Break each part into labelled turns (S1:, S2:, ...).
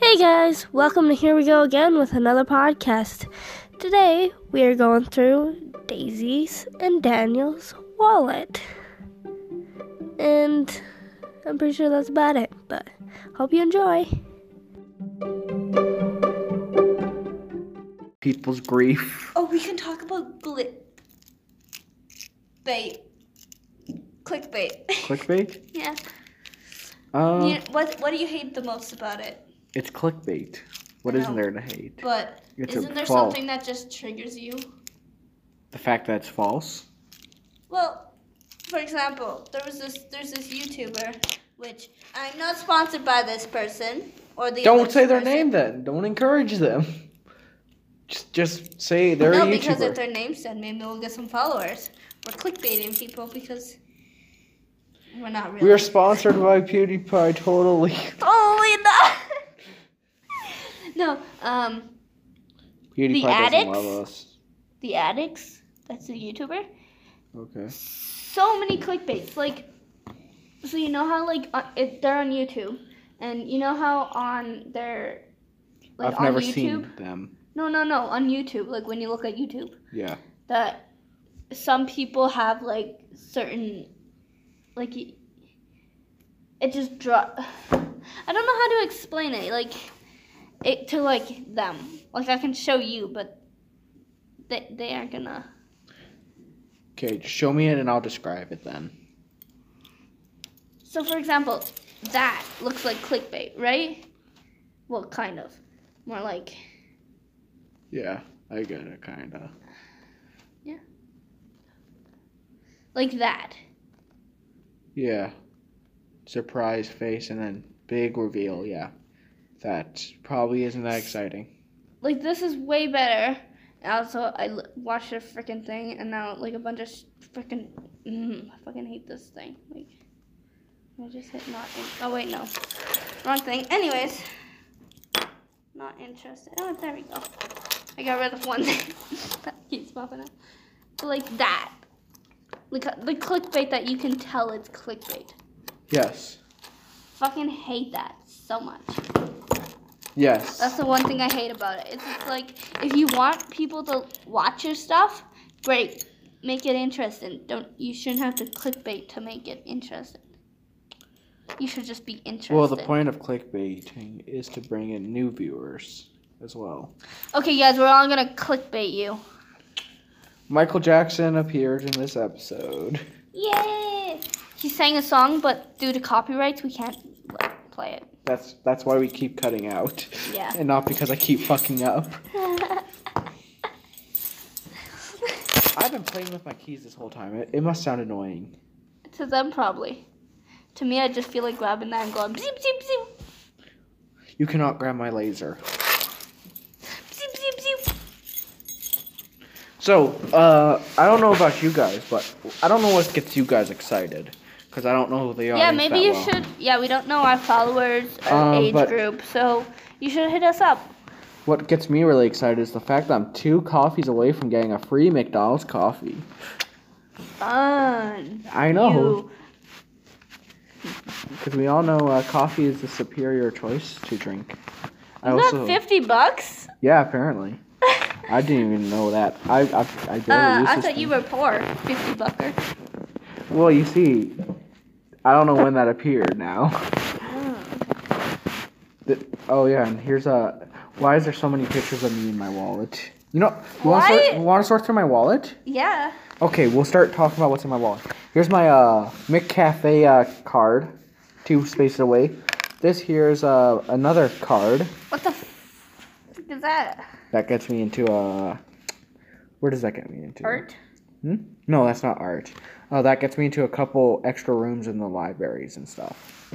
S1: Hey guys, welcome to Here We Go Again with another podcast. Today we are going through Daisy's and Daniel's wallet. And I'm pretty sure that's about it, but hope you enjoy.
S2: people's grief.
S3: Oh, we can talk about glit. Bait. Clickbait.
S2: Clickbait?
S3: yeah.
S2: Uh,
S3: You- what What do you hate the most about it?
S2: It's clickbait. What is
S3: No.
S2: there to hate?
S3: But
S2: It's a
S3: isn't there
S2: fault.
S3: something that just triggers you?
S2: The fact that it's false?
S3: Well, for example, there was this. There's this YouTuber, which I'm not sponsored by this person or the.
S2: Don't
S3: other
S2: say their
S3: person.
S2: name then. Don't encourage them. Just, just say they're
S3: no,
S2: a
S3: because if
S2: YouTuber.
S3: their name's said, maybe we'll get some followers. We're clickbaiting people because we're not really.
S2: We are sponsored by PewDiePie, totally.
S3: Totally not. no, um,
S2: PewDiePie doesn't
S3: addicts?
S2: love us.
S3: the addicts. That's the YouTuber.
S2: Okay.
S3: So many clickbaits. Like, so you know how like uh, if they're on YouTube, and you know how on their like
S2: I've
S3: on
S2: never
S3: YouTube.
S2: seen them.
S3: No, no, no. On YouTube, like when you look at YouTube,
S2: Yeah.
S3: that some people have like certain like y- it just drop i don't know how to explain it like it to like them like i can show you but they, they aren't gonna
S2: Okay, just show me it and I'll describe it then.
S3: so for example that looks like clickbait right well kind of more like
S2: Yeah, I get it, kinda.
S3: like that
S2: Yeah. Surprise face and then big reveal, yeah. That probably isn't that exciting.
S3: like this is way better. And also, I l- watched a freaking thing, and now like a bunch of sh- freaking. Mm, I fucking hate this thing. Like, I just hit not. In- oh wait, no, wrong thing. Anyways, not interested. Oh, there we go. I got rid of one thing that keeps popping up. But like that, like uh, the clickbait that you can tell it's clickbait.
S2: Yes.
S3: Fucking hate that so much.
S2: Yes.
S3: That's the one thing I hate about it. It's just like if you want people to watch your stuff, great, make it interesting. Don't you shouldn't have to clickbait to make it interesting. You should just be interested.
S2: well, the point of clickbaiting is to bring in new viewers as well.
S3: Okay, guys, we're all gonna clickbait you.
S2: Michael Jackson appeared in this episode.
S3: Yay! He sang a song, but due to copyrights, we can't like, play it.
S2: That's that's why we keep cutting out.
S3: Yeah.
S2: And not because I keep fucking up. I've been playing with my keys this whole time. It, it must sound annoying.
S3: to them, probably. To me, I just feel like grabbing that and going zip zip zip
S2: You cannot grab my laser.
S3: zip zip zip.
S2: So, uh, I don't know about you guys, but I don't know what gets you guys excited because I don't know who they are.
S3: Yeah, maybe you should. Yeah, we don't know our followers or
S2: Um,
S3: age
S2: but-
S3: group, so you should hit us up.
S2: What gets me really excited is the fact that I'm two coffees away from getting a free McDonald's coffee.
S3: Fun.
S2: I know because we all know uh, coffee is the superior choice to drink. I
S3: You, you got fifty bucks.
S2: yeah, apparently. I didn't even know that. I I, I barely
S3: Uh,
S2: use
S3: I
S2: this
S3: thought you were
S2: thing.
S3: poor. Fifty bucker.
S2: Well, you see, I don't know when that appeared. Now.
S3: Oh.
S2: Th- Oh yeah, and here's a. Why is there so many pictures of me in my wallet? You know, you want to
S3: Why-
S2: sort, you wanna sort through my wallet?
S3: Yeah.
S2: Okay, we'll start talking about what's in my wallet. Here's my uh McCafe uh, card, two spaces away. This here's uh another card
S3: What the f- is that?
S2: that gets me into uh. Where does that get me into?
S3: Art.
S2: Hmm? No, that's not art. Uh, that gets me into a couple extra rooms in the libraries and stuff.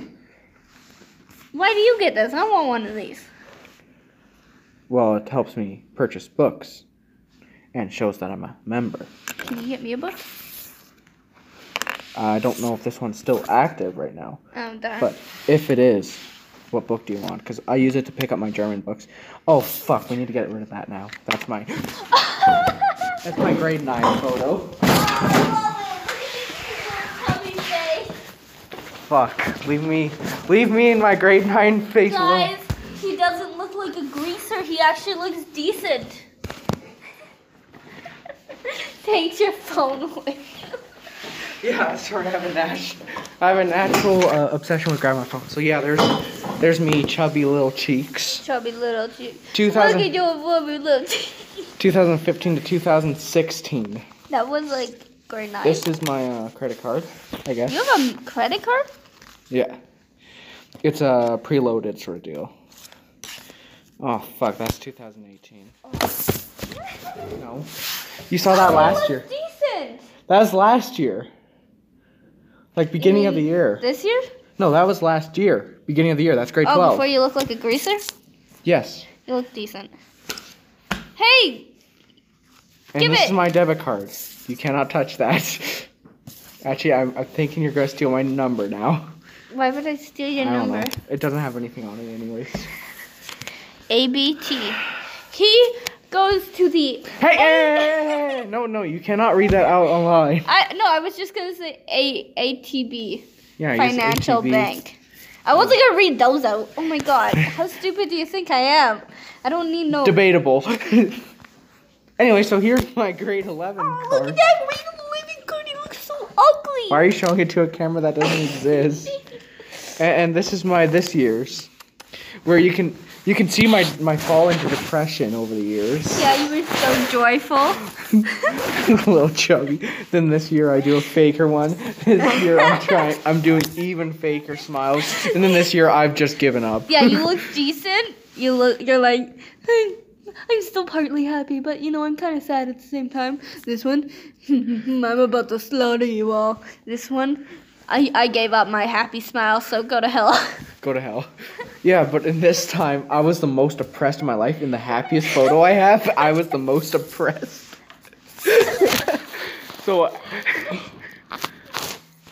S3: Why do you get this? I want one of these.
S2: Well, it helps me purchase books, and shows that I'm a member.
S3: Can you get me a book?
S2: I don't know if this one's still active right now,
S3: Um, darn.
S2: but if it is, what book do you want? Because I use it to pick up my German books. Oh fuck, we need to get rid of that now. That's my that's my grade nine photo. Fuck, leave me, leave me in my grade nine face alone.
S3: Guys, he doesn't
S1: like a greaser. He actually looks decent.
S3: Take your phone away.
S2: Yeah, sorry, I have a nash. I have a natural uh, obsession with grabbing my phone. So yeah, there's there's me, chubby little cheeks.
S3: Chubby little cheek. Look
S2: 2000,
S3: at your woman look.
S2: 2015 to 2016.
S3: that was like grade nine.
S2: This is my uh, credit card, I guess.
S3: you have a credit card?
S2: Yeah. It's a uh, preloaded sort of deal. Oh fuck, that's 2018. No. You saw that last year.
S3: Decent.
S2: That was last year. Like beginning of the year.
S3: This year?
S2: No, that was last year. Beginning of the year. That's grade
S3: Oh,
S2: 12.
S3: before you look like a greaser?
S2: Yes.
S3: You look decent. Hey,
S2: And
S3: Give
S2: this is
S3: it.
S2: my debit card. You cannot touch that. Actually, I'm, I'm thinking you're gonna steal my number now.
S3: why would I steal your
S2: I don't
S3: number?
S2: know. It doesn't have anything on it, anyways.
S3: ABT. He goes to the.
S2: Hey, hey, hey, hey, hey, no, no, you cannot read that out online.
S3: I no, I was just gonna say A ATB
S2: Yeah, use E
S3: Financial
S2: ATB.
S3: Bank. I wasn't gonna read those out. Oh my god, how stupid do you think I am? I don't need no.
S2: Debatable. anyway, so here's my grade 11
S3: Oh, look
S2: card.
S3: at that wee living card. He looks so ugly.
S2: Why are you showing it to a camera that doesn't exist? A- And, this is my this year's, where you can you can see my my fall into depression over the years.
S3: Yeah, you were so joyful.
S2: a little chubby. Then this year I do a faker one. This year I'm trying. I'm doing even faker smiles. And then this year I've just given up.
S3: Yeah, you look decent. You look. You're like. "Hmm, I'm still partly happy, but you know I'm kind of sad at the same time. This one, I'm about to slaughter you all. This one, I I gave up my happy smile, so go to hell.
S2: Go to hell. Yeah, but in this time I was the most oppressed in my life. In the happiest photo I have, I was the most oppressed. so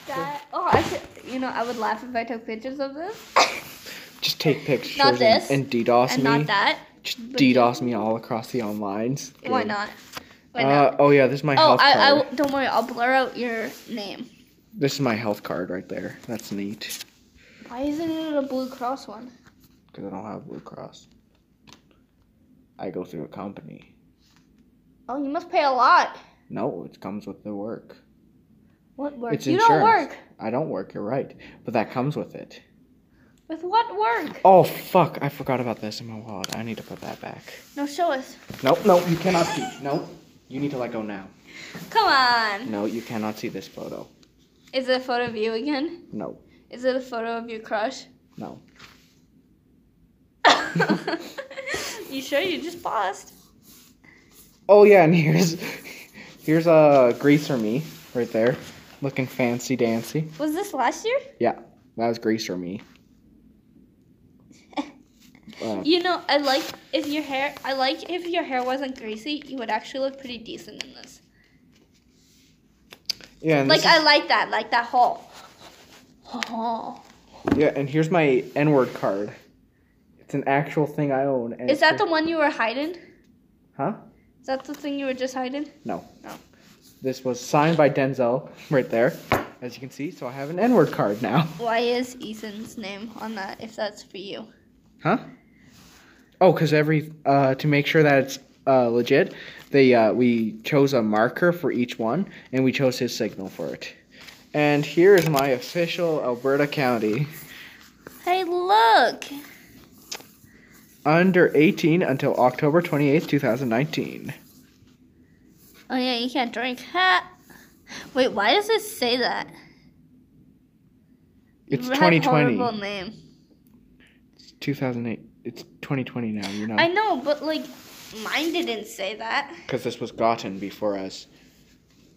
S3: That, oh, I should, you know I would laugh if I took pictures of this
S2: just take pictures
S3: Not this,
S2: and, and DDoS
S3: and
S2: me.
S3: not that.
S2: Just DDoS me all across the onlines.
S3: Why not? Why not?
S2: Uh, oh yeah, this is my
S3: oh,
S2: health
S3: I, I
S2: card.
S3: w- don't worry. I'll blur out your name.
S2: This is my health card right there. That's neat.
S3: Why isn't it a Blue Cross one?
S2: because I don't have Blue Cross. I go through a company.
S3: Oh, you must pay a lot.
S2: No, it comes with the work.
S3: What work?
S2: It's
S3: you don't
S2: insurance.
S3: work.
S2: I don't work, you're right. But that comes with it.
S3: With what work?
S2: Oh, fuck, I forgot about this in my wallet. I need to put that back.
S3: No, show us.
S2: Nope, nope, you cannot see. Nope. You need to let go now.
S3: Come on.
S2: No, you cannot see this photo.
S3: Is it a photo of you again?
S2: No,
S3: Is it a photo of your crush?
S2: no.
S3: you sure you just paused?
S2: Oh, yeah, and here's here's a uh, greaser me right there, looking fancy dancy.
S3: Was this last year?
S2: Yeah, that was greaser me. Uh,
S3: You know, I like if your hair. I like if your hair wasn't greasy, you would actually look pretty decent in this.
S2: yeah, and this
S3: Like I like that, like that haul. Oh.
S2: Yeah, and here's my N word card. It's an actual thing I own. And
S3: Is that the one you were hiding?
S2: Huh?
S3: Is that the thing you were just hiding?
S2: No.
S3: No.
S2: This was signed by Denzel right there, as you can see. So I have an N word card now.
S3: Why is Ethan's name on that? If that's for you.
S2: Huh? Oh, because every uh, to make sure that it's uh, legit, they uh, we chose a marker for each one, and we chose his signal for it. And here is my official Alberta County.
S3: Hey, look.
S2: Under 18 until October 28th, 2019.
S3: Oh yeah, you can't drink. Ha. Wait, why does it say that?
S2: It's
S3: You have
S2: 2020.
S3: Horrible name.
S2: 2008. It's 2020 now, you know.
S3: I know, but like, mine didn't say that.
S2: Because this was gotten before I was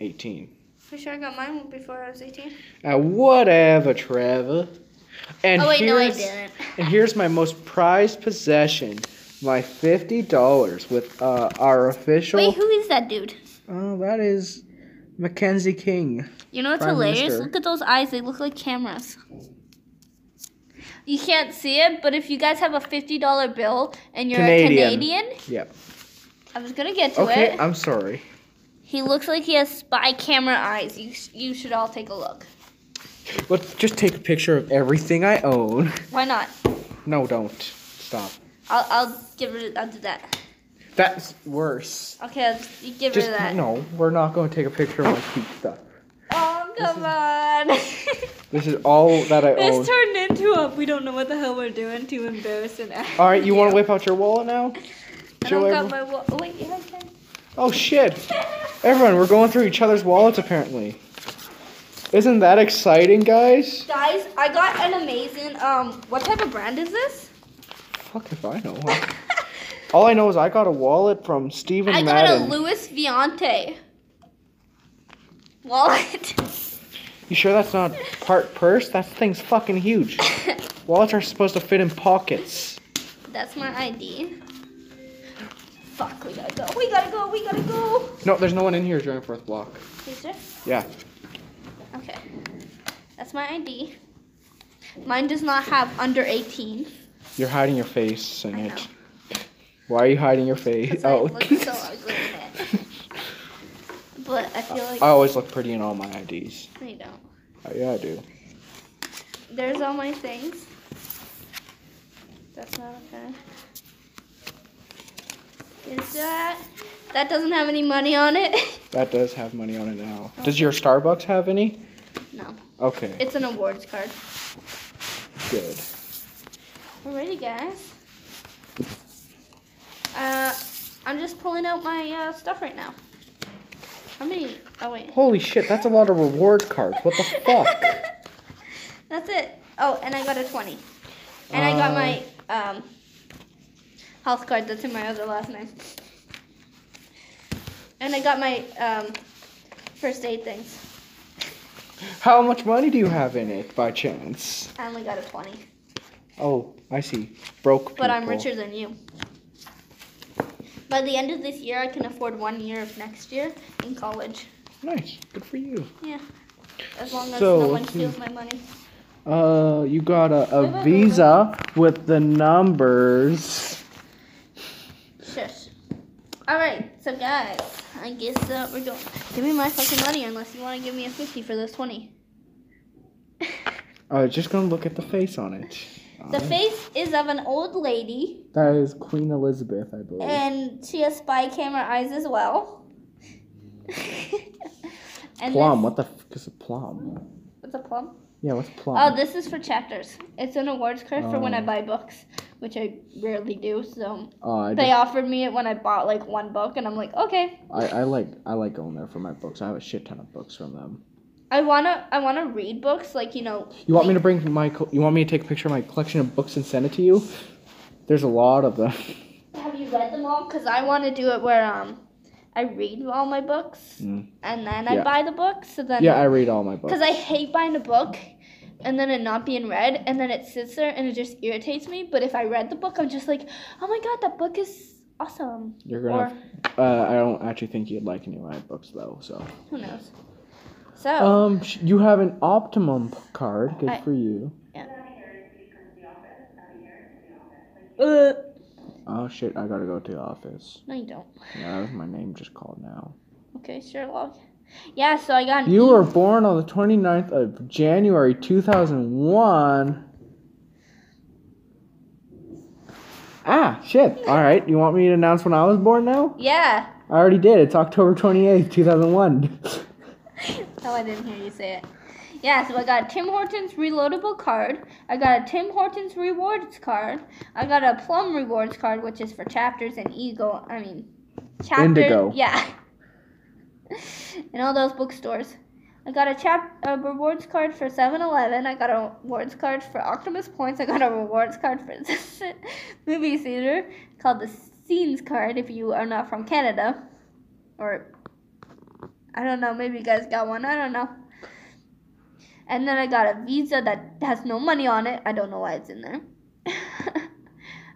S2: 18.
S3: For sure, I got mine before I was eighteen.
S2: Uh, whatever, Trevor. And
S3: Oh wait, no, I
S2: here's-
S3: didn't.
S2: And here's my most prized possession. My fifty dollars with uh, our official.
S3: Wait, who is that dude?
S2: Oh, that is Mackenzie King.
S3: You know what's
S2: Prime
S3: hilarious?
S2: Minister.
S3: Look at those eyes. They look like cameras. You can't see it, but if you guys have a fifty dollar bill and you're a
S2: Canadian.
S3: Canadian,
S2: Yep.
S3: I was gonna get to
S2: Okay,
S3: it.
S2: I'm sorry.
S3: He looks like he has spy camera eyes. You sh- you should all take a look.
S2: Let's just take a picture of everything I own.
S3: Why not?
S2: No, don't. Stop.
S3: I'll, I'll get rid of. I'll do that.
S2: That's worse.
S3: Okay, I'll just- you get
S2: Just
S3: rid of that.
S2: no, we're not going to take a picture of my cheap stuff.
S3: Oh come on!
S2: This is Oh. all that I own.
S3: this turned into a we don't know what the hell we're doing to embarrass an act.
S2: all right, you want to whip out your wallet now?
S3: I
S2: show
S3: don't got
S2: every-
S3: my wa- oh, wait. You have ten.
S2: Oh shit! Everyone, we're going through each other's wallets apparently. Isn't that exciting, guys?
S3: Guys, I got an amazing. Um, what type of brand is this?
S2: Fuck if I know. All I know is I got a wallet from Steven
S3: I got a
S2: Madden.
S3: Louis Viante wallet.
S2: you sure that's not part purse? That thing's fucking huge. Wallets are supposed to fit in pockets.
S3: That's my ID. Fuck, we gotta go. We gotta go. We gotta go.
S2: No, there's no one in here during fourth block.
S3: Is there?
S2: Yeah.
S3: Okay. That's my ID. Mine does not have under 18.
S2: You're hiding your face in
S3: I
S2: it.
S3: know.
S2: Why are you hiding your face?
S3: 'cause I
S2: Oh.
S3: look so ugly in it. But I feel like
S2: I always look pretty in all my IDs.
S3: I don't.
S2: Oh, yeah, I do.
S3: There's all my things. That's not okay. Is that? That doesn't have any money on it.
S2: That does have money on it now.
S3: Oh.
S2: Does your Starbucks have any?
S3: no,
S2: Okay,
S3: it's an awards card.
S2: good.
S3: Alrighty, guys. Uh, I'm just pulling out my uh, stuff right now. How many? Oh wait.
S2: Holy shit, that's a lot of reward cards. What the fuck?
S3: That's it. Oh, and I got a 20. And I got
S2: Uh,
S3: my um, health card that's in my other last name. And I got my um, first aid things.
S2: How much money do you have in it by chance?
S3: I only got a 20.
S2: Oh, I see. Broke people.
S3: But I'm richer than you. By the end of this year, I can afford one year of next year in college.
S2: Nice. Good for you.
S3: Yeah. As long as
S2: So,
S3: no one
S2: let's see.
S3: steals my money.
S2: Uh, you got a,
S3: Wait, wait,
S2: a
S3: wait,
S2: visa with the numbers.
S3: Shush. Alright, so guys, I guess uh, we're going. Give me my fucking money unless you want to give me a 50 for this 20.
S2: Uh, just gonna look at the face on it.
S3: The
S2: Alright.
S3: face is of an old lady,
S2: That is Queen Elizabeth, I believe.
S3: and she has spy camera eyes as well. and
S2: plum.
S3: this-
S2: What the f is a plum?
S3: What's a plum?
S2: Yeah, what's plum?
S3: Oh, this is for chapters. It's an awards card for when I
S2: Oh.
S3: buy books, which I rarely do. So
S2: Oh, I,
S3: they
S2: just,
S3: offered me it when I bought like one book, and I'm like, okay,
S2: I, I like I like going there for my books. I have a shit ton of books from them.
S3: I wanna, I wanna read books, like you know.
S2: You want me to bring my? co- You want me to take a picture of my collection of books and send it to you? There's a lot of them.
S3: Have you read them all? Because I want to do it where um, I read all my books
S2: Mm.
S3: and then I
S2: Yeah.
S3: buy the books. So then
S2: Yeah, I read all my books.
S3: because I hate buying a book and then it not being read and then it sits there and it just irritates me. But if I read the book, I'm just like, oh my god, that book is awesome.
S2: You're
S3: Or
S2: gonna. Uh, I don't actually think you'd like any of my books though. So.
S3: who knows? So
S2: Um, sh- you have an optimum p- card. Good
S3: Oh. I-
S2: for you. Um,
S3: uh,
S2: Oh shit! I gotta go to the office.
S3: no, you don't.
S2: Yeah, that was my name just called now.
S3: Okay, Sherlock. Yeah, so I got an
S2: You
S3: E.
S2: were born on the 29th of January 2001. Ah, shit. All right. You want me to announce when I was born now?
S3: Yeah.
S2: I already did. It's October 28th, 2001.
S3: Oh, I didn't hear you say it. Yeah, so I got a Tim Hortons reloadable card. I got a Tim Hortons rewards card. I got a Plum rewards card, which is for chapters and Eagle. I mean, chapter.
S2: Indigo.
S3: Yeah. and all those bookstores. I got a chap a rewards card for 7-Eleven. I got a rewards card for Octopus Points. I got a rewards card for this movie theater called the Scenes card. If you are not from Canada, or I don't know, maybe you guys got one. I don't know. And then I got a Visa that has no money on it. I don't know why it's in there.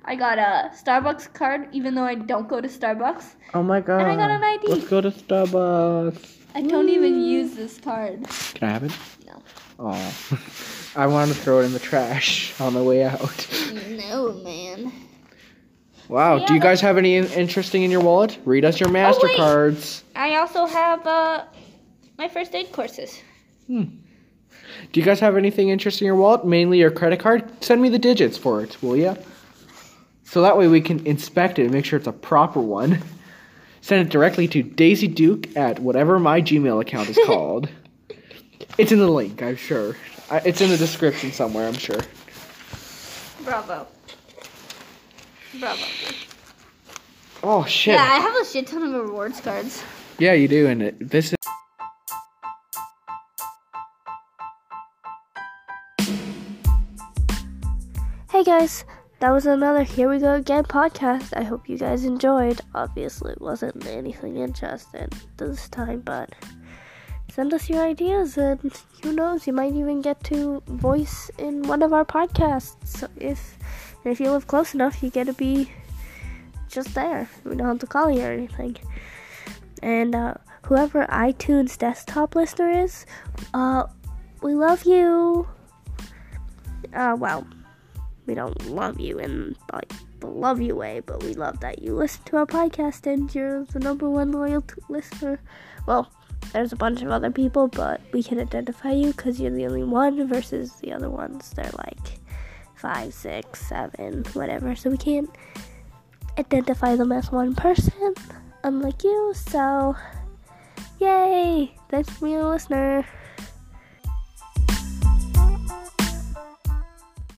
S3: I got a Starbucks card, even though I don't go to Starbucks.
S2: oh my god.
S3: I got an ID.
S2: Let's go to Starbucks.
S3: I don't even use this card.
S2: Can I have it?
S3: No.
S2: Oh. I wanted to throw it in the trash on the way out.
S3: No, man.
S2: Wow.
S3: Yeah,
S2: Do you
S3: but-
S2: guys have any in- interesting in your wallet? Read us your
S3: Oh, wait.
S2: MasterCards.
S3: I also have uh, my first aid courses.
S2: Do you guys have anything interesting in your wallet? Mainly your credit card? Send me the digits for it, will ya? So that way we can inspect it and make sure it's a proper one. Send it directly to Daisy Duke at whatever my Gmail account is called. it's in the link, I'm sure. I, it's in the description somewhere, I'm sure.
S4: Bravo. Bravo.
S2: Oh shit.
S4: Yeah, I
S2: Yeah,
S4: have a shit ton of rewards cards.
S2: you do, and it, this is.
S3: Hey guys, that was another Here We Go Again podcast. I hope you guys enjoyed. Obviously, it wasn't anything interesting this time, but send us your ideas, and who knows, you might even get to voice in one of our podcasts. So if and if you live close enough, you get to be just there. We don't have to call you or anything. And uh, whoever iTunes desktop listener is, uh, we love you. Uh, well we don't love you in like the love you way, but we love that you listen to our podcast and you're the number one loyal t- listener. Well, there's a bunch of other people, but we can identify you because you're the only one versus the other ones. They're like five, six, seven, whatever. So we can't identify them as one person, unlike you. So, yay! Thanks for being a listener.